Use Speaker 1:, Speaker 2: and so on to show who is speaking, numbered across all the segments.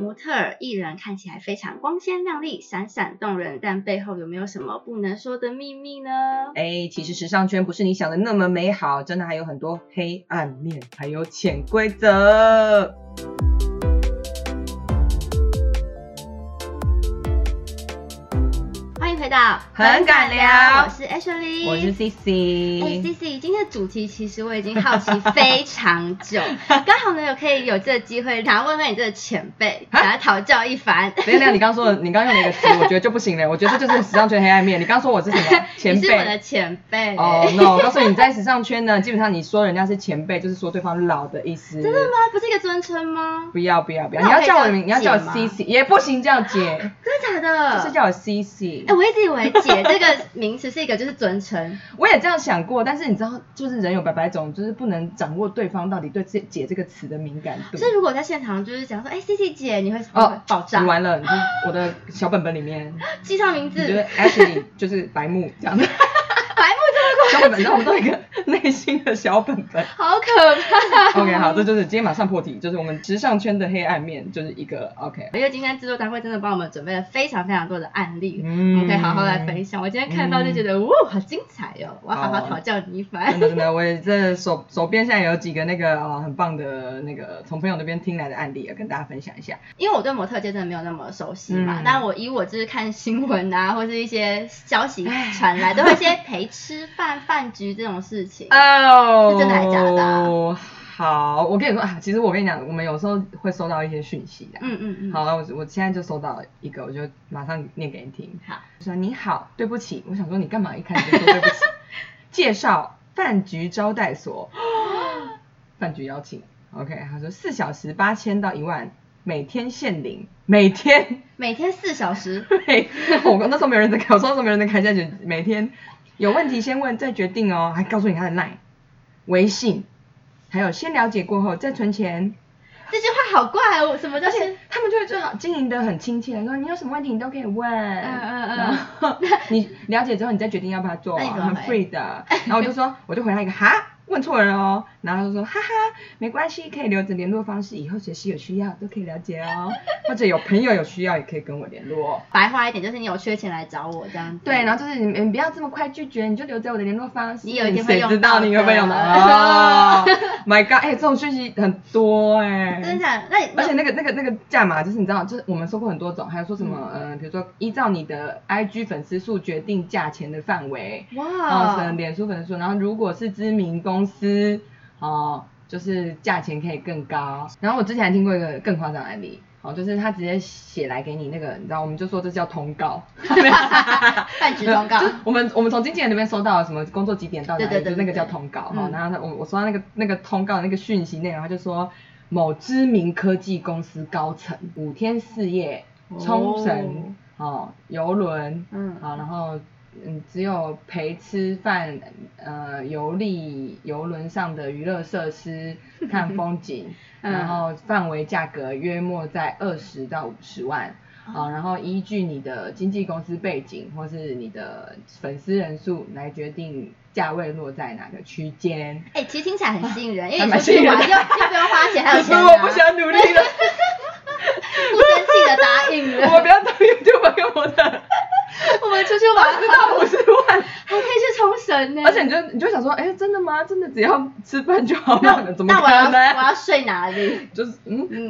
Speaker 1: 模特儿艺人看起来非常光鲜亮丽、闪闪动人，但背后有没有什么不能说的秘密呢？
Speaker 2: 哎，其实时尚圈不是你想的那么美好，真的还有很多黑暗面，还有潜规则。
Speaker 1: 欢迎回到
Speaker 2: 很敢聊
Speaker 1: 我是 Ashley，
Speaker 2: 我是 C C，
Speaker 1: 哎，C C，今天的主题其实我已经好奇非常 久，刚好呢有可以有这个机会，想要问问你这个前辈，想要讨教一番。
Speaker 2: 等一下，你刚说的，你刚用了一个词，我觉得就不行了。我觉得这就是时尚圈黑暗面。你刚说我是什么前
Speaker 1: 你是我
Speaker 2: 辈
Speaker 1: 的？前辈、哎
Speaker 2: 哦、no！我告诉你，你在时尚圈呢，基本上你说人家是前辈，就是说对方老的意思。
Speaker 1: 真的吗？不是一个尊称吗？
Speaker 2: 不要不要不要！
Speaker 1: 那我
Speaker 2: 你要
Speaker 1: 可以
Speaker 2: 叫我
Speaker 1: 叫
Speaker 2: 的名，你要叫我
Speaker 1: 姐吗嗯
Speaker 2: C C 也不行，叫姐，
Speaker 1: 真的假
Speaker 2: 就
Speaker 1: 的？
Speaker 2: 是叫我 C C
Speaker 1: 哎、。我一直以为“姐”这个名词是一个就是尊 称，
Speaker 2: 我也这样想过，但是你知道，就是人有百百种，就是不能掌握对方到底对这“姐”这个词的敏感度。
Speaker 1: 就是如果在现场就是讲说，哎、c C 姐，你会
Speaker 2: 哦
Speaker 1: 哦爆炸
Speaker 2: 你，完了，你就我的小本本里面，
Speaker 1: 记上名字，
Speaker 2: 你觉得 Ashley 就是白目这样子。
Speaker 1: 白目这么
Speaker 2: 小本本，那我们都有一个内心的小本 本。
Speaker 1: 快，好可怕。
Speaker 2: OK，好，这就是今天马上破题，就是我们时尚圈的黑暗面，就是一个 OK。
Speaker 1: 因为今天制作单位真的帮我们准备了非常非常多的案例，
Speaker 2: 嗯
Speaker 1: 我们可以好好来分享。我今天看到就觉得，哇、好精彩哦！我要好好讨教你一番。
Speaker 2: 真的真的，我也这手手边现在有几个那个啊、很棒的那个从朋友那边听来的案例，要跟大家分享一下。
Speaker 1: 因为我对模特界真的没有那么熟悉嘛，
Speaker 2: 嗯
Speaker 1: 但我以我就是看新闻啊，或是一些消息传来，都会一些陪吃饭、饭局这种事情。
Speaker 2: 哦
Speaker 1: 是真的还是假的啊
Speaker 2: 好，我跟你说啊，其实我跟你讲，我们有时候会收到一些讯息的。
Speaker 1: 嗯嗯嗯，
Speaker 2: 好了，我我现在就收到一个，我就马上念给你听。
Speaker 1: 好，
Speaker 2: 说你好，对不起，我想说你干嘛一开始就说对不起？介绍饭局招待所，饭局邀请。OK，他说四小时八千到一万，每天限零，每天
Speaker 1: 每天四小时，
Speaker 2: 每我那时候没有人在开，我说那时候没有人在开，现在就每天有问题先问再决定哦，还告诉你他的 line、微信，还有先了解过后再存钱。
Speaker 1: 这句话好怪哦！什么叫
Speaker 2: 而
Speaker 1: 先
Speaker 2: 且？他们就会最好经营的很亲切，说你有什么问题你都可以问，
Speaker 1: 嗯嗯
Speaker 2: 然后 你了解之后你再决定要不要做，
Speaker 1: 那你怎么
Speaker 2: 很
Speaker 1: 回
Speaker 2: free 的。然后我就说，我就回他一个哈，问错人哦，然后他就说哈哈，没关系，可以留着联络方式，以后随时有需要都可以了解 哦，或者有朋友有需要也可以跟我联络。
Speaker 1: 白话一点，就是你有缺钱来找我这样子。
Speaker 2: 对，然后就是你们不要这么快拒绝，你就留着我的联络方式。
Speaker 1: 你有一天会
Speaker 2: 谁
Speaker 1: 用
Speaker 2: 知道你
Speaker 1: 到
Speaker 2: 会不会用
Speaker 1: 的
Speaker 2: 到？ 哦，My God，哎、这种讯息很多哎、
Speaker 1: 真的假的？那你
Speaker 2: 而且那个那个那个价码，就是你知道，就是我们收过很多种，还有说什么、呃，比如说依照你的 IG 粉丝数决定价钱的范围，哦，可
Speaker 1: 哇
Speaker 2: 能，脸书粉丝数，然后如果是知名公司，哦，就是价钱可以更高。然后我之前还听过一个更夸张的案例。哦，就是他直接写来给你那个，你知道，我们就说这叫通告，
Speaker 1: 饭局通告
Speaker 2: 就是 我们我们从经纪人那边收到什么工作几点到哪里，
Speaker 1: 对对对
Speaker 2: 就那个
Speaker 1: 对
Speaker 2: 叫
Speaker 1: 对
Speaker 2: 通告哈、
Speaker 1: 嗯
Speaker 2: 然后他我我收到那个那个通告的那个讯息内容，他就说某知名科技公司高层五天四夜冲绳哦游轮，
Speaker 1: 哦嗯
Speaker 2: 好，然后嗯只有陪吃饭呃游历游轮上的娱乐设施看风景，
Speaker 1: 嗯
Speaker 2: 然后范围价格约莫在二十到五十万。啊，然后依据你的经纪公司背景或是你的粉丝人数来决定价位落在哪个区间。
Speaker 1: 哎、其实听起来很吸引人，因 为
Speaker 2: 还
Speaker 1: 你
Speaker 2: 蛮
Speaker 1: 出
Speaker 2: 吸
Speaker 1: 去
Speaker 2: 引人
Speaker 1: 玩
Speaker 2: 的
Speaker 1: 又又不用花钱，还
Speaker 2: 可
Speaker 1: 有
Speaker 2: 是
Speaker 1: 钱拿、
Speaker 2: 我不想努力 了，
Speaker 1: 不争气的答应了。
Speaker 2: 我不要当 YouTube 跟我的
Speaker 1: 我们出去玩
Speaker 2: 知道五十万，
Speaker 1: 还可以去冲绳呢。
Speaker 2: 而且你就你就想说，哎，真的吗？真的只要吃饭就好
Speaker 1: 那
Speaker 2: 了？怎么
Speaker 1: 那我要
Speaker 2: 可
Speaker 1: 我
Speaker 2: 能？
Speaker 1: 要睡哪里？
Speaker 2: 就是嗯
Speaker 1: 嗯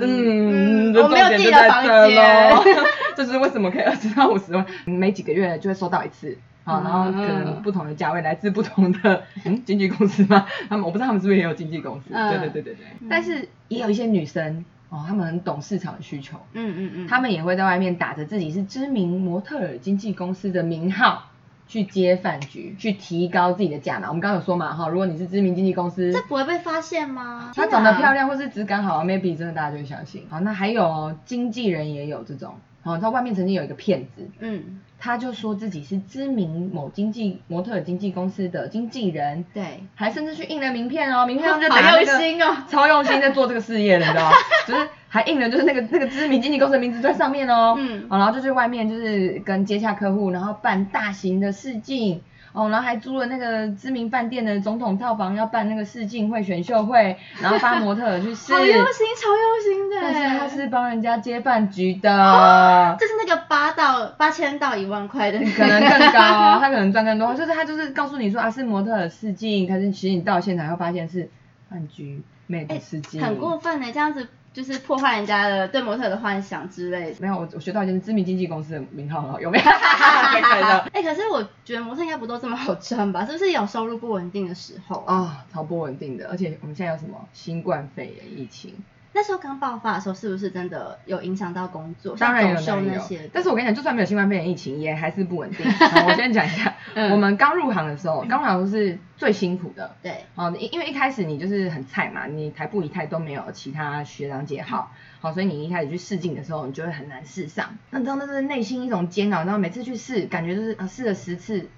Speaker 2: 嗯，
Speaker 1: 我没有
Speaker 2: 重点
Speaker 1: 自己
Speaker 2: 就
Speaker 1: 的
Speaker 2: 在
Speaker 1: 房
Speaker 2: 这咯
Speaker 1: 间。
Speaker 2: 这是为什么可以二十到五十万？每几个月就会收到一次。啊，然后可能
Speaker 1: 嗯
Speaker 2: 不同的价位来自不同的 嗯经纪公司吗？他们我不知道他们是不是也有经纪公司？
Speaker 1: 嗯
Speaker 2: 对对对对对。但是也有一些女生哦，她们很懂市场的需求，
Speaker 1: 嗯嗯嗯，
Speaker 2: 她们也会在外面打着自己是知名模特儿经纪公司的名号去接饭局，去提高自己的价码。我们刚刚有说嘛哈，如果你是知名经纪公司，
Speaker 1: 这不会被发现吗？
Speaker 2: 她长得漂
Speaker 1: 亮，
Speaker 2: 亮或是质感好，maybe 啊真的大家就会相信。好，那还有哦经纪人也有这种，哦，他外面曾经有一个骗子，
Speaker 1: 嗯，
Speaker 2: 他就说自己是知名某经纪模特儿经纪公司的经纪人，
Speaker 1: 对，
Speaker 2: 还甚至去印了名片哦，名片上就
Speaker 1: 好
Speaker 2: 打那
Speaker 1: 用
Speaker 2: 个
Speaker 1: 心哦。
Speaker 2: 超用心在做这个事业的，你知 道吗？就是还印了就是那个那个知名经纪公司的名字在上面哦，
Speaker 1: 嗯
Speaker 2: 哦，然后就去外面就是跟接洽客户，然后办大型的试镜。哦，然后还租了那个知名饭店的总统套房，要办那个试镜会、选秀会，然后发模特儿去试。
Speaker 1: 好用心，超用心的。
Speaker 2: 但是他是帮人家接饭局 的，
Speaker 1: 就是那个八到八千到一万块的那
Speaker 2: 可
Speaker 1: 个，
Speaker 2: 能更高啊，他可能赚更多。就是他就是告诉你说啊是模特儿试镜，可是其实你到现场又发现是饭局妹的试镜，
Speaker 1: 很哎过分呢、欸这样子就是破坏人家的对模特的幻想之类的。
Speaker 2: 没有，我我学到一件知名经纪公司的名号了，有 没有？ 太可以了。
Speaker 1: 哎、可是我觉得模特应该不都这么好赚吧？是不是有收入不稳定的时候？
Speaker 2: 啊、超不稳定的，而且我们现在有什么新冠肺炎疫情，
Speaker 1: 那时候刚爆发的时候，是不是真的有影响到工作？
Speaker 2: 当然
Speaker 1: 像
Speaker 2: 有当
Speaker 1: 走秀
Speaker 2: 然
Speaker 1: 那
Speaker 2: 有
Speaker 1: 些，，
Speaker 2: 但是我跟你讲，就算没有新冠肺炎疫情，也还是不稳 定。好我先讲一下，
Speaker 1: 嗯
Speaker 2: 我们刚入行的时候，刚入行是最辛苦的，
Speaker 1: 对，
Speaker 2: 哦，因因为一开始你就是很菜嘛，你台步仪态都没有其他学长姐好，好、所以你一开始去试镜的时候，你就会很难试上。那你知道那是内心一种煎熬，你知道每次去试，感觉就是啊试了十次，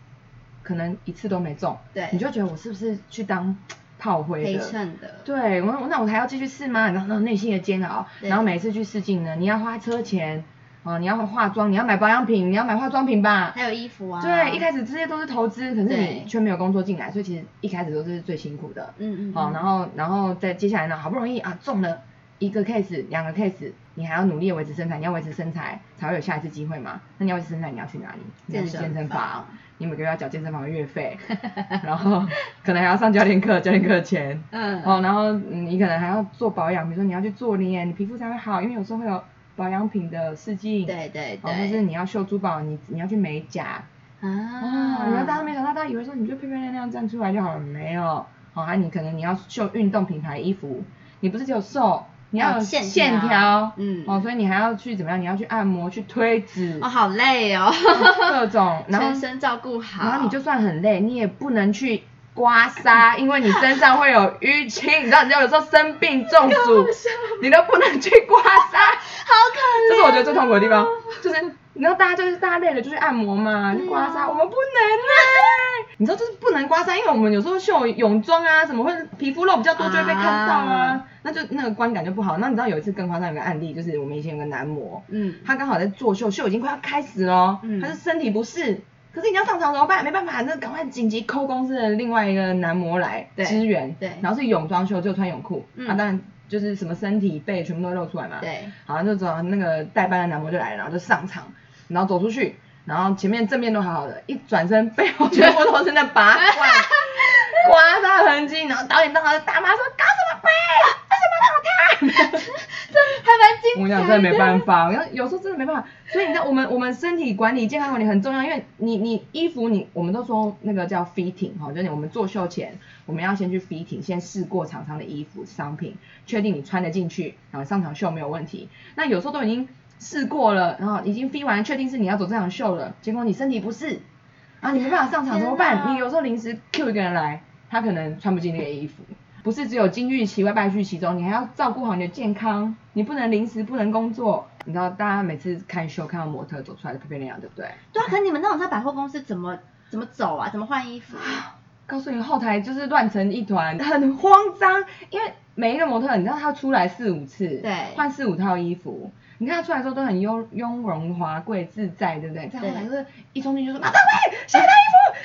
Speaker 2: 可能一次都没中，
Speaker 1: 对
Speaker 2: 你就觉得我是不是去当炮灰
Speaker 1: 陪
Speaker 2: 的？
Speaker 1: 衬的，
Speaker 2: 对，我我那我还要继续试吗？然后那种内心的煎熬，
Speaker 1: 对
Speaker 2: 然后每次去试镜呢，你要花车钱，哦，你要化妆，你要买保养品，你要买化妆品吧，
Speaker 1: 还有衣服啊。
Speaker 2: 对，一开始这些都是投资，可是
Speaker 1: 对
Speaker 2: 你却没有工作进来，所以其实一开始都是最辛苦的。
Speaker 1: 嗯嗯，
Speaker 2: 好、然
Speaker 1: 后
Speaker 2: 后然后再接下来呢，好不容易啊中了一个 case，两个 case，你还要努力地维持身材，你要维持身材才会有下一次机会嘛。那你要维持身材，你要去哪里？你要去健身房，你每个月要缴健身房的 月费，然后可能还要上教练课，教练课的钱。
Speaker 1: 嗯，
Speaker 2: 哦，然后嗯你可能还要做保养，比如说你要去做脸，你皮肤才会好，因为有时候会有保养品的试镜。
Speaker 1: 对对
Speaker 2: 哦，或是
Speaker 1: 对，
Speaker 2: 你要修珠宝，你你要去美甲，啊，然后大家
Speaker 1: 啊，
Speaker 2: 没想到，大家以为说你就漂漂亮亮站出来就好了，没有。好、哦，还你可能你要秀运动品牌衣服，你不是只有瘦，你要有
Speaker 1: 哦线条
Speaker 2: 线条，
Speaker 1: 嗯
Speaker 2: 哦，所以你还要去怎么样？你要去按摩，去推脂，
Speaker 1: 哦，好累哦，
Speaker 2: 各种，然
Speaker 1: 全
Speaker 2: 后
Speaker 1: 身照顾好，
Speaker 2: 然后你就算很累，你也不能去刮痧，因为你身上会有淤青，你知道，你知道有时候生病中 暑，你都不能去刮痧。
Speaker 1: 好可怜，哦
Speaker 2: 这是我觉得最痛苦的地方，就是你知道大家就是大家累了就去按摩嘛，
Speaker 1: 啊对啊
Speaker 2: 就刮痧，我们不能呢、你知道就是不能刮痧，因为我们有时候秀泳装啊，怎么会皮肤肉比较多就会被看到啊，
Speaker 1: 啊
Speaker 2: 那就那个观感就不好。那你知道有一次更夸张有个案例，就是我们以前有个男模，
Speaker 1: 嗯，
Speaker 2: 他刚好在做秀，秀已经快要开始了，
Speaker 1: 嗯
Speaker 2: 他是身体不适，可是你要上场怎么办？没办法，那赶快紧急扣公司的另外一个男模来
Speaker 1: 对
Speaker 2: 支援，
Speaker 1: 对
Speaker 2: 然后是泳装秀就穿泳裤，
Speaker 1: 嗯
Speaker 2: 啊，当然就是什么身体背全部都露出来嘛，
Speaker 1: 对，
Speaker 2: 好，就走那个代班的男模就来了，然后就上场，然后走出去，然后前面正面都好好的，一转身背后全部都是那拔罐、刮痧痕迹，然后导演当场就大骂说搞什么鬼？为什么打他？
Speaker 1: 还蛮精彩的。
Speaker 2: 我讲真的没办法， 然后有时候真的没办法，所以你知道我们我们身体管理、健康管理很重要，因为你你衣服你我们都说那个叫 fitting 哈，就是我们做秀前我们要先去 fitting，先试过厂商的衣服商品，确定你穿得进去，然后上场秀没有问题。那有时候都已经试过了，然后已经 fit 完，确定是你要走这场秀了，结果你身体不适，啊你没办法上场怎么
Speaker 1: 天哪
Speaker 2: 办？你有时候临时 Q 一个人来，他可能穿不进那个衣服。不是只有金玉其外败絮其中，你还要照顾好你的健康，你不能临时不能工作。你知道大家每次看秀看到模特走出来都漂漂亮亮，对不对？
Speaker 1: 对啊，可你们那种在百货公司怎么怎么走啊？怎么换衣服？
Speaker 2: 告诉你后台就是乱成一团，很慌张，因为每一个模特，你知道他出来四五次，
Speaker 1: 对
Speaker 2: 换四五套衣服。你看他出来之后都很雍雍容华贵自在，对不对？在后台就是一冲进去就说马大卫，谁的衣服？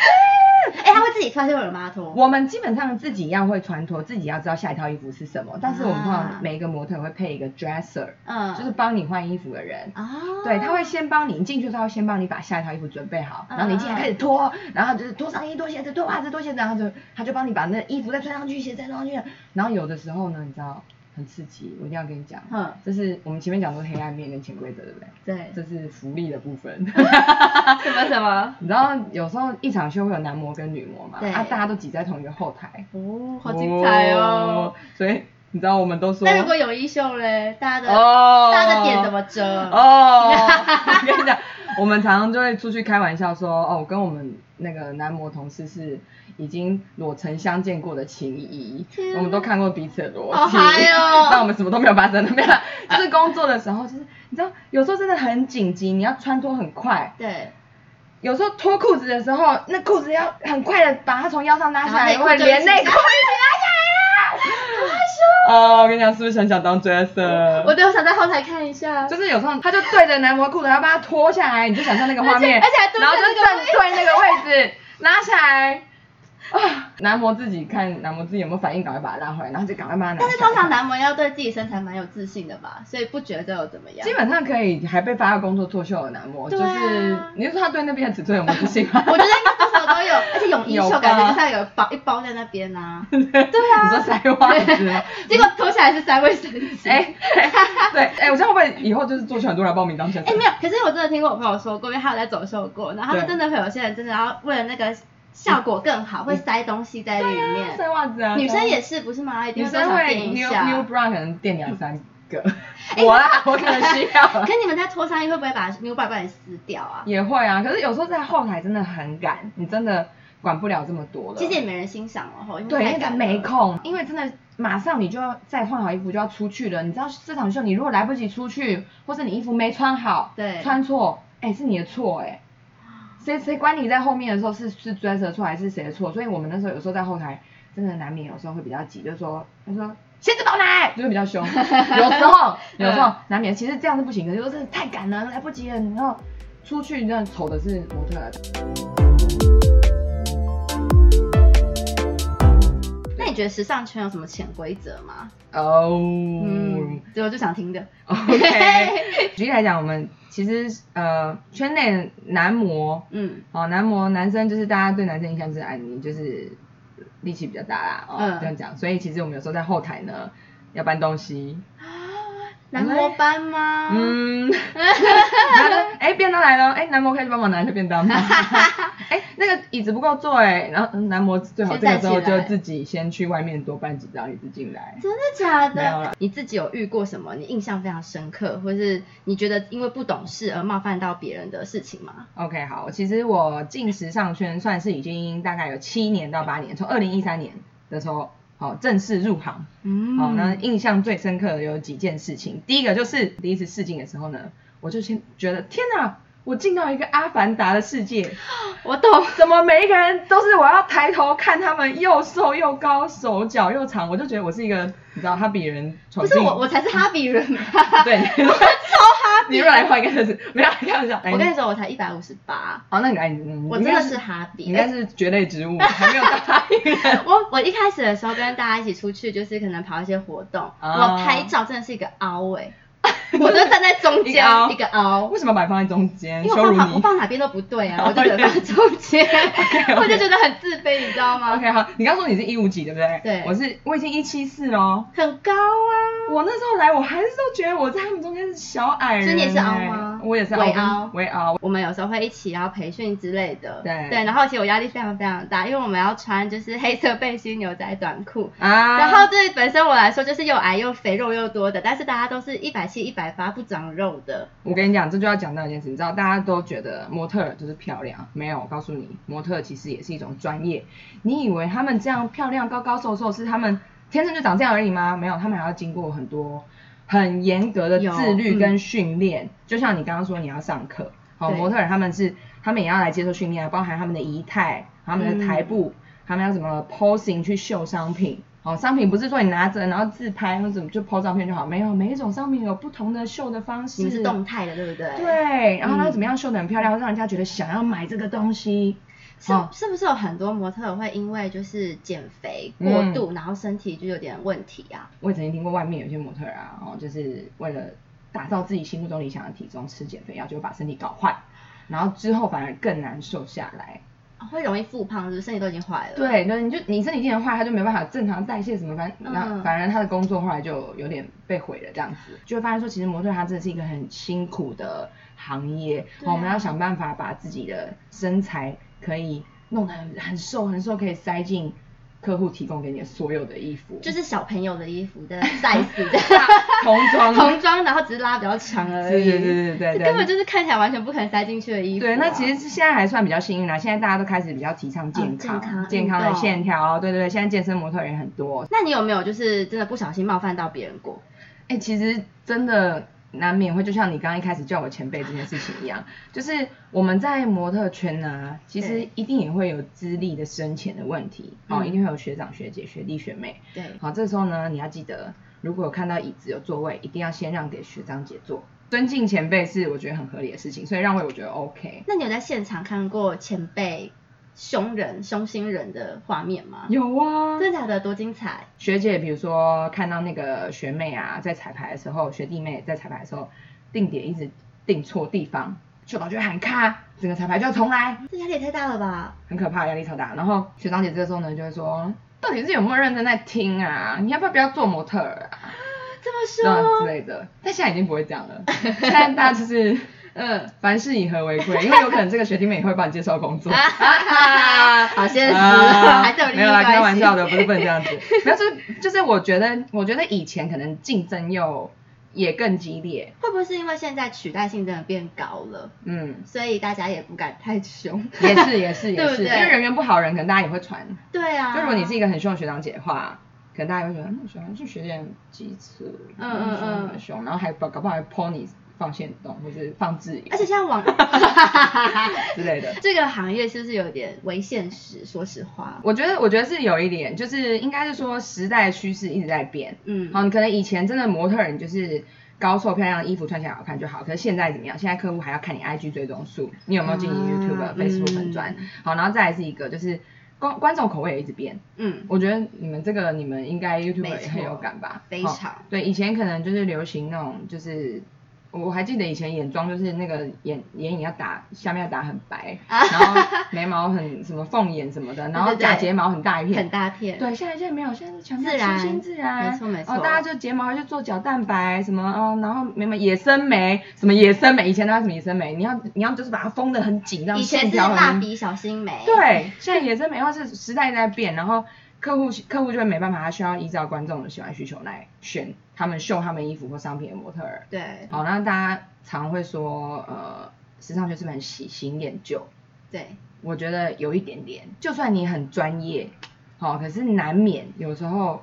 Speaker 1: 哎、他会自己脱，就有人帮他脱。
Speaker 2: 我们基本上自己要会穿脱，自己要知道下一套衣服是什么。但是我们通
Speaker 1: 啊
Speaker 2: 常每一个模特会配一个 dresser，、
Speaker 1: 嗯，
Speaker 2: 就是帮你换衣服的人。
Speaker 1: 啊，
Speaker 2: 对，他会先帮你，你进去之后先帮你把下一套衣服准备好，
Speaker 1: 嗯
Speaker 2: 然后你进来开始脱，然后就是脱上衣、脱鞋子、脱袜子、脱鞋子，然后就他就帮你把那衣服再穿上去，鞋再穿上去。然后有的时候呢，你知道很刺激，我一定要跟你讲，
Speaker 1: 嗯，
Speaker 2: 这是我们前面讲说黑暗面跟潜规则，对不对？
Speaker 1: 对，
Speaker 2: 这是福利的部分。
Speaker 1: 什么什么？
Speaker 2: 你知道有时候一场秀会有男模跟女模嘛，
Speaker 1: 对
Speaker 2: 啊，大家都挤在同一个后台，
Speaker 1: 哦，好精彩哦！！
Speaker 2: 所以你知道我们都说，
Speaker 1: 那如果有衣袖嘞，大家的、
Speaker 2: 哦，
Speaker 1: 大家的点怎么遮？
Speaker 2: 哦，我跟你讲，我们常常就会出去开玩笑说，哦，我跟我们那个男模同事是已经裸呈相见过的情谊
Speaker 1: 天，啊
Speaker 2: 我们都看过彼此的裸
Speaker 1: 好
Speaker 2: 体，
Speaker 1: 嗨哦
Speaker 2: 但我们什么都没有发生，没有啦，就是工作的时候，就是你知道，有时候真的很紧急，你要穿脱很快，
Speaker 1: 对，
Speaker 2: 有时候脱裤子的时候，那裤子要很快的把它从腰上拉下来，
Speaker 1: 然后内裤
Speaker 2: 会
Speaker 1: 就
Speaker 2: 连
Speaker 1: 一起
Speaker 2: 内裤也 拉
Speaker 1: 拉啊
Speaker 2: 下来啊！ 哦，我跟你讲，是不是很想当 dresser？
Speaker 1: 啊我对我想在后台看一下。
Speaker 2: 就是有时候他就对着男模裤子，他把它脱下来，你就想象那个画
Speaker 1: 而
Speaker 2: 面，
Speaker 1: 且而且还对着
Speaker 2: 然后就
Speaker 1: 那个
Speaker 2: 正对那个位置，拉下来。啊！男模自己看男模自己有没有反应，赶快把它拉回来，然后就赶快把它拿下
Speaker 1: 但
Speaker 2: 来。
Speaker 1: 是通常男模要对自己身材蛮有自信的吧，所以不觉得有怎么样
Speaker 2: 基。本上可以还被发到工作作秀的男模，
Speaker 1: 对
Speaker 2: 就
Speaker 1: 啊
Speaker 2: 是你是说他对那边的尺寸有没有自信 吗？
Speaker 1: 我觉得应该多少都 有，而且泳衣
Speaker 2: 有
Speaker 1: 袖
Speaker 2: 吧
Speaker 1: 感觉就像有包一包在那边啊。对
Speaker 2: 你说
Speaker 1: 啊，
Speaker 2: 塞袜子吗？
Speaker 1: 结果脱下来是三位神奇。
Speaker 2: 哎，对，哎，我这样会不会以后就是作秀很多人来报名当小姐
Speaker 1: 哎、？没有，可是我真的听过我朋友说过，因为他有在走秀过，然后他
Speaker 2: 对
Speaker 1: 们真的会有些人真的要为了那个效果更好，会塞东西哎在里面。
Speaker 2: 塞袜子啊，
Speaker 1: 女生
Speaker 2: 对啊
Speaker 1: 也是，不是吗？一定
Speaker 2: 女
Speaker 1: 会多
Speaker 2: 生
Speaker 1: 少
Speaker 2: 会
Speaker 1: 垫一
Speaker 2: new new
Speaker 1: 下。哎
Speaker 2: bra 可能垫两三个， 我啦，我可能需要 啊
Speaker 1: 可你们在脱上衣会不会把牛百把你撕掉啊？
Speaker 2: 也会啊，可是有时候在后台真的很赶，你真的管不了这么多了。
Speaker 1: 其实也没人欣赏哦，吼因为
Speaker 2: 对，
Speaker 1: 太
Speaker 2: 因为
Speaker 1: 赶
Speaker 2: 没
Speaker 1: 了。
Speaker 2: 空，因为真的马上你就要再换好衣服就要出去了。你知道这场秀，你如果来不及出去，或是你衣服没穿好，
Speaker 1: 对
Speaker 2: 穿错，哎、是你的错哎、谁谁管你在后面的时候是是 dress 的错还是谁的错？所以我们那时候有时候在后台，真的难免有时候会比较急，就说他说鞋子倒来，就会比较凶。有时 候有时候难免，其实这样是不行的，就是真的太赶了，来不及了，然后出去那丑的是模特儿。
Speaker 1: 那你觉得时尚圈有什么潜规则吗？
Speaker 2: 哦、
Speaker 1: 嗯，这我就想听的。
Speaker 2: OK，举例 来讲，我们其实呃，圈内男模
Speaker 1: 嗯，
Speaker 2: 哦，男模男生就是大家对男生印象就是哎，你就是力气比较大啦，哦，
Speaker 1: 嗯
Speaker 2: 这样讲。所以其实我们有时候在后台呢要搬东西，
Speaker 1: 男模班吗？
Speaker 2: 嗯， 然后呢，哎，便当来了，哎，男模可以帮忙拿一下 便当吗？哎，那个椅子不够坐哎，然后嗯男模最好这个时
Speaker 1: 先
Speaker 2: 候
Speaker 1: 站起
Speaker 2: 就
Speaker 1: 来
Speaker 2: 自己先去外面多搬几张椅子进来。
Speaker 1: 真的假
Speaker 2: 没有啦
Speaker 1: 的？你自己有遇过什么你印象非常深刻，或是你觉得因为不懂事而冒犯到别人的事情吗？
Speaker 2: OK，好，其实我进时尚圈算是已经大概有七年到八年，从二零一三年的时候，好、正式入行。
Speaker 1: 嗯
Speaker 2: 好、那印象最深刻的有几件事情，第一个就是第一次试镜的时候呢，我就先觉得天哪，我进到一个阿凡达的世界，
Speaker 1: 我懂，
Speaker 2: 怎么每一个人都是我要抬头看他们又瘦又高，手脚又长，我就觉得我是一个，你知道，他比人
Speaker 1: 不
Speaker 2: 闯
Speaker 1: 是
Speaker 2: 进，
Speaker 1: 我，我才是哈比人啊吧？
Speaker 2: 对， 超哈，你若来换应该就是没有开玩笑，哎
Speaker 1: 我跟你说，我才一百五十 八，
Speaker 2: 好，哦那你来，你
Speaker 1: 我
Speaker 2: 你
Speaker 1: 真
Speaker 2: 应
Speaker 1: 的
Speaker 2: 该
Speaker 1: 是哈
Speaker 2: 你应
Speaker 1: 比。哎
Speaker 2: 该是蕨类植物，还没有 答应。
Speaker 1: 我我一开始的时候跟大家一起出去，就是可能跑一些活动，
Speaker 2: 啊
Speaker 1: 我拍照真的是一个凹哎、我就站在中
Speaker 2: 一个
Speaker 1: 间
Speaker 2: 凹
Speaker 1: 一个凹，
Speaker 2: 为什么把它放在中间？
Speaker 1: 因为
Speaker 2: 羞
Speaker 1: 我放
Speaker 2: 辱
Speaker 1: 哪我
Speaker 2: 你。哦
Speaker 1: 放哪边都不对 啊，我就只能放中间，我就觉得很自卑，你知道吗？
Speaker 2: OK，好，你刚说你是一五几，对不对？
Speaker 1: 对
Speaker 2: 我是我已经一七四喽。
Speaker 1: 很高啊，
Speaker 2: 我那时候来，我还是都觉得我在他们中间是小矮人、欸。
Speaker 1: 所以你也是凹吗
Speaker 2: 我也是
Speaker 1: 微
Speaker 2: 凹
Speaker 1: 凹，
Speaker 2: 微凹。
Speaker 1: 我们有时候会一起然后培训之类的，
Speaker 2: 对
Speaker 1: 然后其实我压力非常非常大，因为我们要穿就是黑色背心、牛仔短裤。
Speaker 2: 啊。
Speaker 1: 然后对本身我来说就是又矮又肥肉又多的，但是大家都是一百七一百八不长肉的，
Speaker 2: 我跟你讲，这就要讲到一件事，你知道大家都觉得模特儿就是漂亮，没有，我告诉你，模特儿其实也是一种专业。你以为他们这样漂亮、高高瘦瘦是他们天生就长这样而已吗？没有，他们还要经过很多很严格的
Speaker 1: 有
Speaker 2: 自律
Speaker 1: 嗯
Speaker 2: 跟训练。就像你刚刚说，你要上课，好、
Speaker 1: 对
Speaker 2: 模特儿他们是他们也要来接受训练，包含他们的仪态、他们的台步，他们要怎么 posing 去秀商品。哦，商品不是说你拿着然后自拍或怎么就 po 照片就好，没有，每一种商品有不同的秀的方式。
Speaker 1: 你们是动态的，对不对？。
Speaker 2: 对，然后他
Speaker 1: 嗯
Speaker 2: 怎么样秀得很漂亮，让人家觉得想要买这个东西。
Speaker 1: 是
Speaker 2: 哦
Speaker 1: 是不是有很多模特儿会因为就是减肥
Speaker 2: 嗯
Speaker 1: 过度，然后身体就有点问题啊？
Speaker 2: 我也曾经听过外面有些模特儿啊，哦，就是为了打造自己心目中理想的体重，吃减肥药，就会把身体搞坏，然后之后反而更难瘦下来。
Speaker 1: 会容易复胖，是不是身体都已经坏了？，
Speaker 2: 对，那你就你身体变得坏，他就没办法正常代谢什么，反正、那
Speaker 1: 嗯
Speaker 2: 反正他的工作后来就有点被毁了，这样子就会发现说，其实模特儿他真的是一个很辛苦的行业，
Speaker 1: 对
Speaker 2: 哦
Speaker 1: 啊
Speaker 2: 我们要想办法把自己的身材可以弄得很很瘦很瘦，可以塞进客户提供给你的所有的衣服，
Speaker 1: 就是小朋友的衣服的 size 的
Speaker 2: 童 装。
Speaker 1: 童装，然后只是拉比较长而
Speaker 2: 对
Speaker 1: 已。
Speaker 2: 对对对对
Speaker 1: 这
Speaker 2: 对，
Speaker 1: 根本就是看起来完全不可能塞进去的衣服啊、
Speaker 2: 对，那其实是现在还算比较幸运啦。现在大家都开始比较提倡健
Speaker 1: 嗯健
Speaker 2: 康、
Speaker 1: 康
Speaker 2: 健
Speaker 1: 运
Speaker 2: 康的
Speaker 1: 动
Speaker 2: 线条，对对对。现在健身模特儿也很多，
Speaker 1: 那你有没有就是真的不小心冒犯到别人过？
Speaker 2: 哎、其实真的难免会，就像你刚刚一开始叫我前辈这件事情一样，就是我们在模特圈啊，其实
Speaker 1: 对
Speaker 2: 一定也会有资历的深浅的问题，哦，
Speaker 1: 嗯
Speaker 2: 一定会有学长、学姐、学弟、学妹。
Speaker 1: 对，
Speaker 2: 好，这时候呢，你要记得，如果有看到椅子有座位，一定要先让给学长姐坐。尊敬前辈是我觉得很合理的事情，所以让位我觉得 OK。
Speaker 1: 那你有在现场看过前辈凶人、凶心人的画面吗？
Speaker 2: 有啊，
Speaker 1: 真的假的？多精彩！
Speaker 2: 学姐，比如说看到那个学妹啊，在彩排的时候，学弟妹在彩排的时候，定点一直定错地方，秀导就会喊咔，整个彩排就要重来，
Speaker 1: 这压力也太大了吧？
Speaker 2: 很可怕，压力超大。然后学长姐这时候呢，就会说，到底是有没有认真在听啊？你要不要不要做模特儿啊？
Speaker 1: 这么
Speaker 2: 那之
Speaker 1: 说，
Speaker 2: 类的。但现在已经不会这样了，现在大家就是。
Speaker 1: 嗯，
Speaker 2: 凡事以和为贵，因为有可能这个学弟妹也会帮你介绍工作。
Speaker 1: 好现实哦
Speaker 2: 啊
Speaker 1: 还是有 利益
Speaker 2: 没有啦，
Speaker 1: 关系
Speaker 2: 开玩笑的，不是不能这 样子。没有，就是就是，我觉得，我觉得以前可能竞争又也更激烈，
Speaker 1: 会不会是因为现在取代性真的变高了，
Speaker 2: 嗯，
Speaker 1: 所以大家也不敢太 凶？
Speaker 2: 也是也是也
Speaker 1: 对不
Speaker 2: 是，
Speaker 1: 对
Speaker 2: 因为人缘不好的人，可能大家也会传。
Speaker 1: 对啊，
Speaker 2: 就如果你是一个很凶的学长姐的话，可能大家也会觉得，嗯，学长是学姐很机车，
Speaker 1: 嗯嗯
Speaker 2: 很凶
Speaker 1: 嗯
Speaker 2: 很凶，然后还搞搞不好还泼你放线动或者放自由
Speaker 1: 而且现在 网
Speaker 2: 之类的。
Speaker 1: 这个行业是不是有点为现实？说实话，
Speaker 2: 我觉得，我觉得是有一点，就是应该是说时代趋势一直在变。
Speaker 1: 嗯，
Speaker 2: 好，你可能以前真的模特儿，你就是高瘦漂亮，衣服穿起来好看就好。可是现在怎么样？现在客户还要看你 IG 追踪数，你有没有经营 YouTube、
Speaker 1: 啊
Speaker 2: Facebook 粉专。好，然后再来是一个就是观观众口味也一直变。
Speaker 1: 嗯，
Speaker 2: 我觉得你们这个你们应该 YouTube
Speaker 1: 没
Speaker 2: 也
Speaker 1: 错
Speaker 2: 很有感吧？
Speaker 1: 非
Speaker 2: 好
Speaker 1: 常
Speaker 2: 对，以前可能就是流行那种就是。我还记得以前眼妆就是那个眼眼影要打下面要打很白，然后眉毛很什么凤眼什 么的，然后
Speaker 1: 啊对对
Speaker 2: 假睫毛很大一片，
Speaker 1: 很大片，
Speaker 2: 对，现在现在没有，现在是强调
Speaker 1: 自然
Speaker 2: 清新自然，
Speaker 1: 没错没错
Speaker 2: 哦，大家就睫毛就做角蛋白什么哦，然后眉毛野生眉，什么野生眉，以前都要什么野生眉，你要你要就是把它封的很紧，这样
Speaker 1: 以前
Speaker 2: 线
Speaker 1: 是
Speaker 2: 条
Speaker 1: 蜡
Speaker 2: 很。
Speaker 1: 笔小新梅，，
Speaker 2: 对，现在野生眉的话是时代在变，然后客户客户就会没办法，他需要依照观众的喜欢需求来选他们秀他们衣服或商品的模特儿。
Speaker 1: 对
Speaker 2: 好，那大家常会说，呃，时尚圈是不是很喜新厌旧？
Speaker 1: 对，
Speaker 2: 我觉得有一点点，就算你很专业，好、可是难免有时候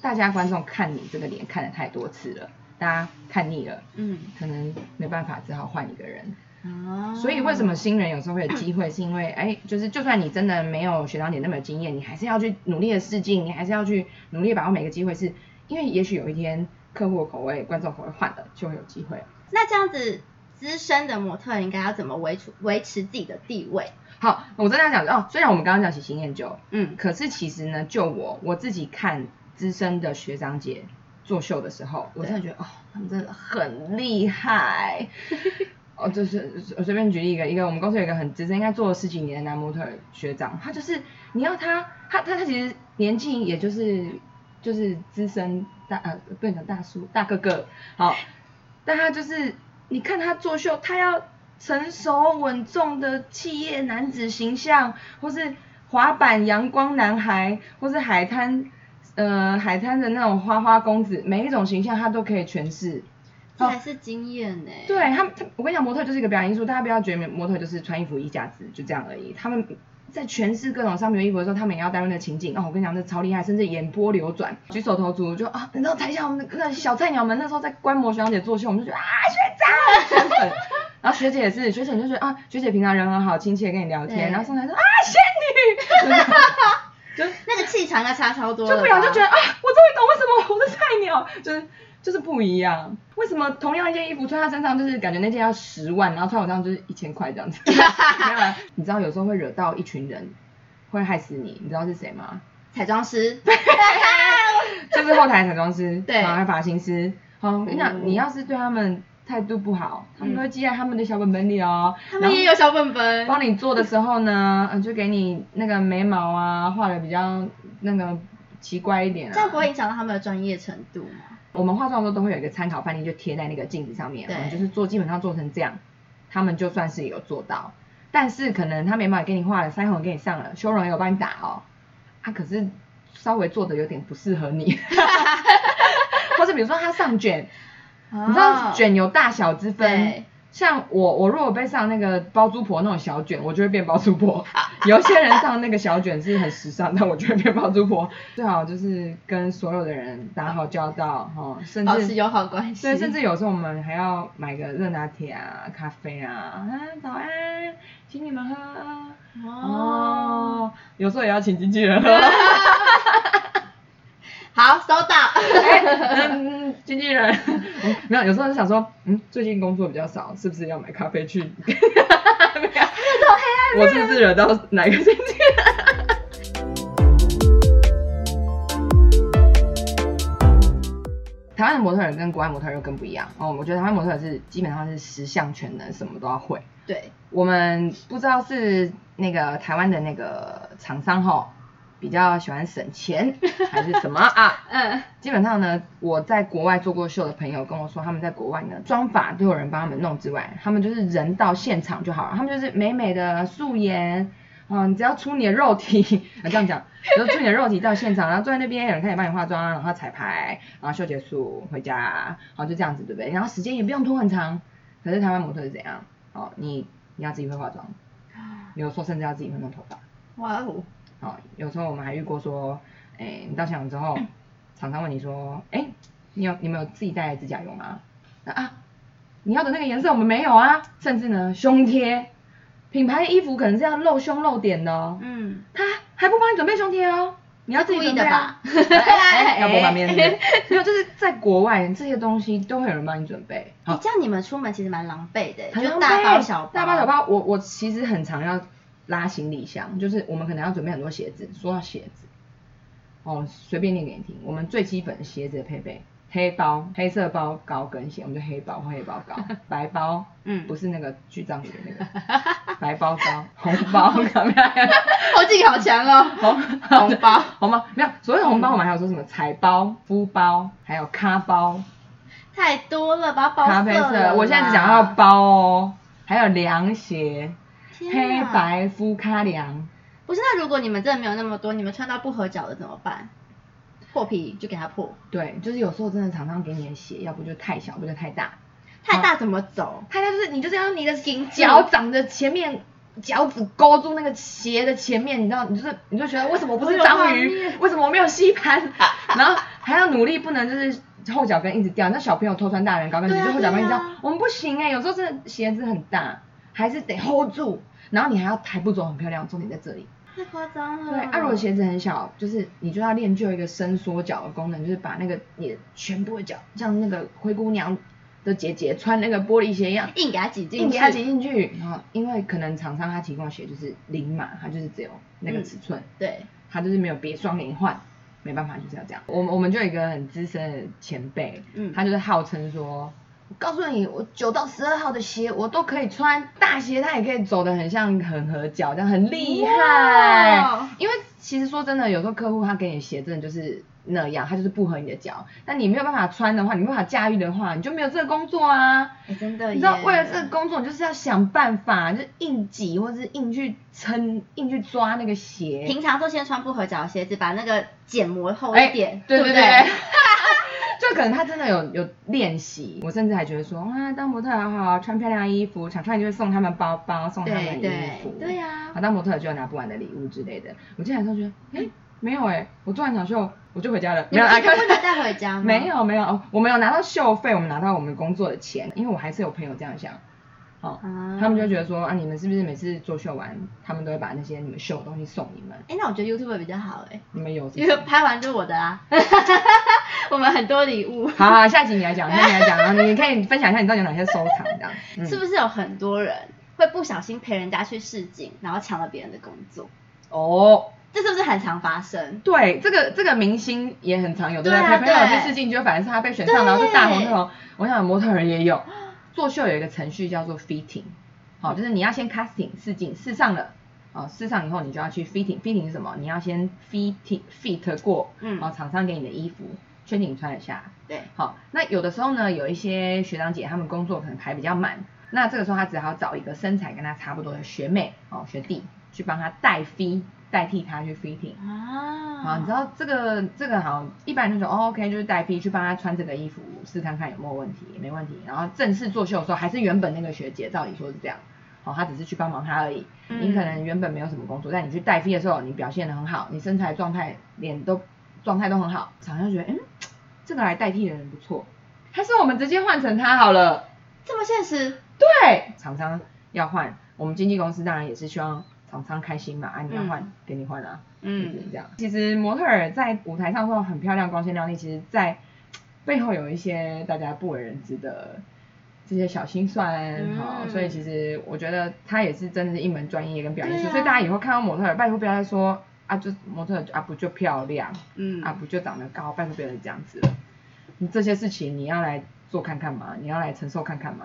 Speaker 2: 大家观众看你这个脸看了太多次了，大家看腻了，
Speaker 1: 嗯，
Speaker 2: 可能没办法，只好换一个人。
Speaker 1: 哦，
Speaker 2: 所以为什么新人有时候会有机会，是因为哎，就是就算你真的没有学长姐那么有经验，你还是要去努力的试镜，你还是要去努力把握每个机会是，因为也许有一天客户的口味、观众口味换了，就会有机会。
Speaker 1: 那这样子，资深的模特应该要怎么维持维持自己的地位？
Speaker 2: 好，我真的要讲哦，虽然我们刚刚讲喜新厌旧，
Speaker 1: 嗯
Speaker 2: 可是其实呢，就我我自己看资深的学长姐作秀的时候，我真的觉得哦，他们真的很厉害。哦，就是我随便举例一个，一个我们公司有一个很资深，应该做了十几年的男模特儿学长，他就是你要他，他他他其实年纪也就是就是资深大呃不能讲大叔大哥哥，好，但他就是你看他作秀，他要成熟稳重的企业男子形象，或是滑板阳光男孩，或是海滩呃海滩的那种花花公子，每一种形象他都可以诠释。
Speaker 1: 这还是经验呢、
Speaker 2: 哦对他们，他我跟你讲，模特就是一个表演艺术，大家不要觉得模特就是穿衣服衣架子就这样而已。他们在诠释各种商品的衣服的时候，他们也要带入那个情景。哦，我跟你讲，这超厉害，甚至眼波流转、举手投足，就啊，你知道台下我们那小菜鸟们那时候在观摩学长姐作秀，我们就觉得啊，学长，圈粉。然后学姐也是，学姐你就觉得啊，学姐平常人很好，亲切跟你聊天，
Speaker 1: 对
Speaker 2: 然后上台说啊，仙女，
Speaker 1: 那个气场要差超多了
Speaker 2: 就
Speaker 1: 吧，
Speaker 2: 不然就觉得啊，我终于懂为什么我是菜鸟， 就是就是不一样。为什么同样一件衣服穿在身上，就是感觉那件要十万，然后穿我身上就是一千块这 样子？没有啦，你知道有时候会惹到一群人，会害死你，你知道是谁吗？
Speaker 1: 彩妆师，
Speaker 2: 就是后台彩妆师，
Speaker 1: 对
Speaker 2: 然后发型师。好，我跟你
Speaker 1: 嗯
Speaker 2: 讲，你要是对他们态度不好，他们都会记在他们的小本本里哦。
Speaker 1: 他们也有小本本，
Speaker 2: 帮你做的时候呢，嗯，就给你那个眉毛啊，画的比较那个奇怪一点啊。
Speaker 1: 这样不会影响到他们的专业程度吗？
Speaker 2: 我们化妆的时候都会有一个参考范例，就贴在那个镜子上面，
Speaker 1: 对
Speaker 2: 我们就是做基本上做成这样，他们就算是有做到，但是可能他眉毛也给你画了，腮红也给你上了，修容也有帮你打哦，他、可是稍微做的有点不适合你， 或者比如说他上卷，你知道
Speaker 1: 哦
Speaker 2: 卷有大小之分
Speaker 1: 对。
Speaker 2: 像我，我如果被上那个包租婆那种小卷，我就会变包租婆。 有一些人上那个小卷是很时尚，但我就会变包租婆。最好就是跟所有的人打好交道，哈、甚
Speaker 1: 保持
Speaker 2: 至
Speaker 1: 友好关系，
Speaker 2: 对，甚至有时候我们还要买个热拿铁啊、咖啡啊，啊早安，请你们喝。
Speaker 1: 哦，
Speaker 2: 哦，有时候也要请经纪人喝。
Speaker 1: 好，收到。
Speaker 2: 哎嗯，经纪人，嗯没有，有时候就想说，嗯，最近工作比较少，是不是要买咖啡去？ 没有，我是不是惹到哪个经纪人？台湾的模特人跟国外模特人又更不一样哦，我觉得台湾模特人是基本上是十项全能，什么都要会。
Speaker 1: 对，
Speaker 2: 我们不知道是那个台湾的那个厂商吼比较喜欢省钱，还是 什么啊？
Speaker 1: 嗯，
Speaker 2: 基本上呢，我在国外做过秀的朋友跟我说，他们在国外呢，妆法都有人帮他们弄之外，他们就是人到现场就好了，他们就是美美的素颜，嗯，你只要出你的肉体，啊这样讲，然后出你的肉体到现场，然后坐在那边有人开始帮你化妆，然后彩排，然后秀结束回家，然后就这样子，对不对？然后时间也不用拖很长，可是台湾模特是怎样？哦，你你要自己会化妆，有时候甚至要自己会弄头发。
Speaker 1: 哇哦，
Speaker 2: 好，有时候我们还遇过说，哎、你到现场之 后，厂商问你说，哎、你有你们有自己带来指甲油吗？那啊，你要的那个颜色我们没有啊，甚至呢，胸贴，品牌衣服可能是要露胸露点的哦，
Speaker 1: 嗯，
Speaker 2: 他还不帮你准备胸贴哦，你要自己
Speaker 1: 故意
Speaker 2: 准
Speaker 1: 的
Speaker 2: 备啊
Speaker 1: 吧？哎
Speaker 2: 要不旁 边是不是没有，就是在国外这些东西都会有人帮你准备。
Speaker 1: 你这样你们出门其实蛮狼狈的，
Speaker 2: 很
Speaker 1: 就
Speaker 2: 浪
Speaker 1: 大
Speaker 2: 费
Speaker 1: 包小包，
Speaker 2: 大包小，包。我我其实很常要拉行李箱，就是我们可能要准备很多鞋子。说到鞋子，哦，随便念给你听，我们最基本的鞋子的配备，黑包、黑色包、高跟鞋，我们就黑包或黑包高，白包，
Speaker 1: 嗯
Speaker 2: 不是那个巨章里的那个，白包高，红包，有没有？
Speaker 1: 后劲好强 哦，
Speaker 2: 红
Speaker 1: 红包，
Speaker 2: 红包没有，所谓的红包，我们还有说什么财包、夫包，还有咖包。
Speaker 1: 太多了吧，包
Speaker 2: 咖啡
Speaker 1: 色了啦
Speaker 2: 色，我现在只想要包哦，还有凉鞋，
Speaker 1: 天啊
Speaker 2: 黑
Speaker 1: 哪
Speaker 2: 白夫咖凉，
Speaker 1: 不是，那如果你们真的没有那么多，你们穿到不合脚的怎么办？破皮就给它破，
Speaker 2: 对，就是有时候真的厂商给你的鞋，要不就太小，要不就太大，
Speaker 1: 太大怎么走？
Speaker 2: 太大就是你就是要你的
Speaker 1: 紧紧
Speaker 2: 脚长着前面。脚趾勾住那个鞋的前面，你知道，你就是你就觉得为什么我不是章
Speaker 1: 我有画
Speaker 2: 鱼
Speaker 1: 面？
Speaker 2: 为什么我没有吸 盘？然后还要努力，不能就是后脚跟一直掉。那小朋友偷穿大人高跟鞋，
Speaker 1: 对啊
Speaker 2: 就后脚跟一直掉
Speaker 1: 对啊。
Speaker 2: 我们不行哎、有时候真的鞋子很大，还是得 hold 住。然后你还要抬步走，很漂亮，重点在这里。
Speaker 1: 太夸张了。
Speaker 2: 对，啊，如果鞋子很小，就是你就要练就一个伸缩脚的功能，就是把那个你的全部的脚，像那个灰姑娘的姐姐穿那个玻璃鞋一样，
Speaker 1: 硬给它挤进去，
Speaker 2: 硬给它挤进去。然后，因为可能厂商他提供的鞋就是零码，它就是只有那个
Speaker 1: 嗯
Speaker 2: 尺寸，
Speaker 1: 对，
Speaker 2: 它就是没有别双连换，没办法就是要这样。我们我们就有一个很资深的前辈，
Speaker 1: 嗯
Speaker 2: 他就是号称说。我告诉你，我九到十二号的鞋我都可以穿，大鞋它也可以走得很像很合脚，这样很厉害。
Speaker 1: 哇
Speaker 2: 因为其实说真的，有时候客户他给你的鞋真的就是那样，他就是不合你的脚。那你没有办法穿的话，你没有办法驾驭的话，你就没有这个工作啊。
Speaker 1: 哎真的耶，
Speaker 2: 你知道，为了这个工作，你就是要想办法，就是硬挤或者是硬去撑、硬去抓那个鞋。
Speaker 1: 平常都先穿不合脚的鞋子，把那个茧磨厚
Speaker 2: 哎
Speaker 1: 一点，
Speaker 2: 对
Speaker 1: 不
Speaker 2: 对对 就可能他真的有有练习，我甚至还觉得说，哇，当模特好好，穿漂亮衣服，厂商就会送他们包包，送他
Speaker 1: 对
Speaker 2: 们衣服
Speaker 1: 对，对呀、
Speaker 2: 啊，当模特就有拿不完的礼物之类的。我进来之后觉得，哎、没有哎、我做完场秀我就回家了，
Speaker 1: 嗯你
Speaker 2: 没有
Speaker 1: 们
Speaker 2: 啊，
Speaker 1: 一定
Speaker 2: 开
Speaker 1: 不能带回家吗？
Speaker 2: 没，有没有，哦我们有拿到秀费，我们拿到我们工作的钱，因为我还是有朋友这样想，哦，
Speaker 1: 啊
Speaker 2: 他们就觉得说啊，你们是不是每次做秀完，他们都会把那些你们秀的东西送你们？
Speaker 1: 哎，那我觉得 YouTube 比较好哎，
Speaker 2: 你们有是不
Speaker 1: 因
Speaker 2: 是
Speaker 1: 为拍完就我的啦， 我们很多礼物，
Speaker 2: 好好，下一集你来讲，下一集你来讲，然后你可以分享一下你到底有哪些收藏这样，嗯、
Speaker 1: 是不是有很多人会不小心陪人家去试镜，然后抢了别人的工作？
Speaker 2: 哦。
Speaker 1: 这是不是很常发生？
Speaker 2: 对，这个这个明星也很常有，对不对？
Speaker 1: 对啊
Speaker 2: 陪朋友去
Speaker 1: 对
Speaker 2: 试镜，就反正是他被选上，然后就大红
Speaker 1: 对
Speaker 2: 特红。我想模特儿也有，做秀有一个程序叫做 fitting，好、就是你要先 casting 试镜，试上了。哦，试上以后你就要去 fitting，fitting 是什么？你要先 fitting fit 过，
Speaker 1: 嗯
Speaker 2: 哦，厂商给你的衣服，确定你穿得下。
Speaker 1: 对，
Speaker 2: 好，那有的时候呢，有一些学长姐他们工作可能排比较满，那这个时候他只好找一个身材跟他差不多的学妹哦学弟去帮他代 fit，代替他去 fitting。
Speaker 1: 啊
Speaker 2: 好，你知道这个这个好像一般人就说哦，OK，就是代替去帮他穿这个衣服试看看有没有问题，没问题。然后正式作秀的时候，还是原本那个学姐，照理说是这样，哦，她只是去帮忙她而已。你
Speaker 1: 嗯
Speaker 2: 可能原本没有什么工作，但你去代替的时候，你表现的很好，你身材状态、脸都状态都很好，厂商觉得嗯，这个来代替的人不错，还是我们直接换成他好了。
Speaker 1: 这么现实？
Speaker 2: 对，厂商要换，我们经纪公司当然也是希望厂商开心嘛，啊，你要换、
Speaker 1: 嗯
Speaker 2: 给你换啊。嗯，
Speaker 1: 嗯，
Speaker 2: 这样。其实模特儿在舞台上说很漂亮、光鲜亮丽，其实在背后有一些大家不为人知的这些小心酸，好、
Speaker 1: 嗯
Speaker 2: 所以其实我觉得他也是真的是一门专业跟表演艺术，
Speaker 1: 对啊
Speaker 2: 所以大家以后看到模特儿，拜托不要再说啊，就模特儿啊不就漂亮，
Speaker 1: 嗯
Speaker 2: 啊不就长得高，拜托不要再这样子了，你这些事情你要来做看看嘛，你要来承受看看 嘛，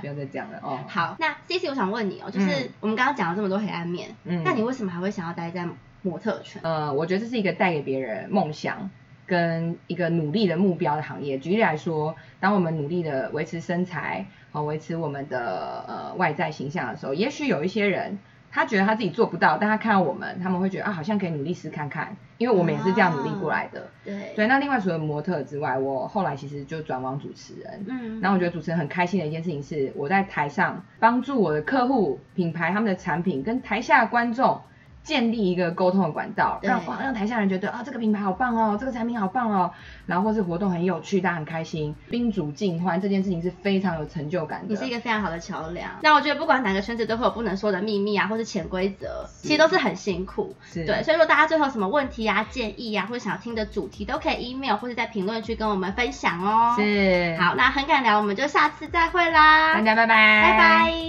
Speaker 2: 不要再这样了哦。
Speaker 1: 好，那 C C，我想问你哦，就是
Speaker 2: 嗯
Speaker 1: 我们刚刚讲了这么多黑暗面，
Speaker 2: 嗯
Speaker 1: 那你为什么还会想要待在模特圈？
Speaker 2: 呃，我觉得这是一个带给别人梦想跟一个努力的目标的行业。举例来说，当我们努力的维持身材，好、维持我们的呃外在形象的时候，也许有一些人。他觉得他自己做不到，但他看到我们，他们会觉得啊，好像可以努力试看看，因为我们也是这样努力过来的。
Speaker 1: 对，
Speaker 2: 对，那另外除了模特之外，我后来其实就转往主持人，
Speaker 1: 嗯，
Speaker 2: 然后我觉得主持人很开心的一件事情是，我在台上帮助我的客户、品牌他们的产品跟台下的观众建立一个沟通的管道，
Speaker 1: 对
Speaker 2: 让哇让台下人觉得啊、这个品牌好棒哦，这个产品好棒哦，然后或是活动很有趣，大家很开心，宾主尽欢这件事情是非常有成就感的。
Speaker 1: 你是一个非常好的桥梁。那我觉得不管哪个圈子都会有不能说的秘密啊，或是潜规则，其实都是很辛苦。
Speaker 2: 是
Speaker 1: 对，所以说大家最后有什么问题啊、建议啊，或者想要听的主题，都可以 email 或者在评论区跟我们分享哦。
Speaker 2: 是
Speaker 1: 好，那很感聊，我们就下次再会啦，
Speaker 2: 大家拜拜，
Speaker 1: 拜拜。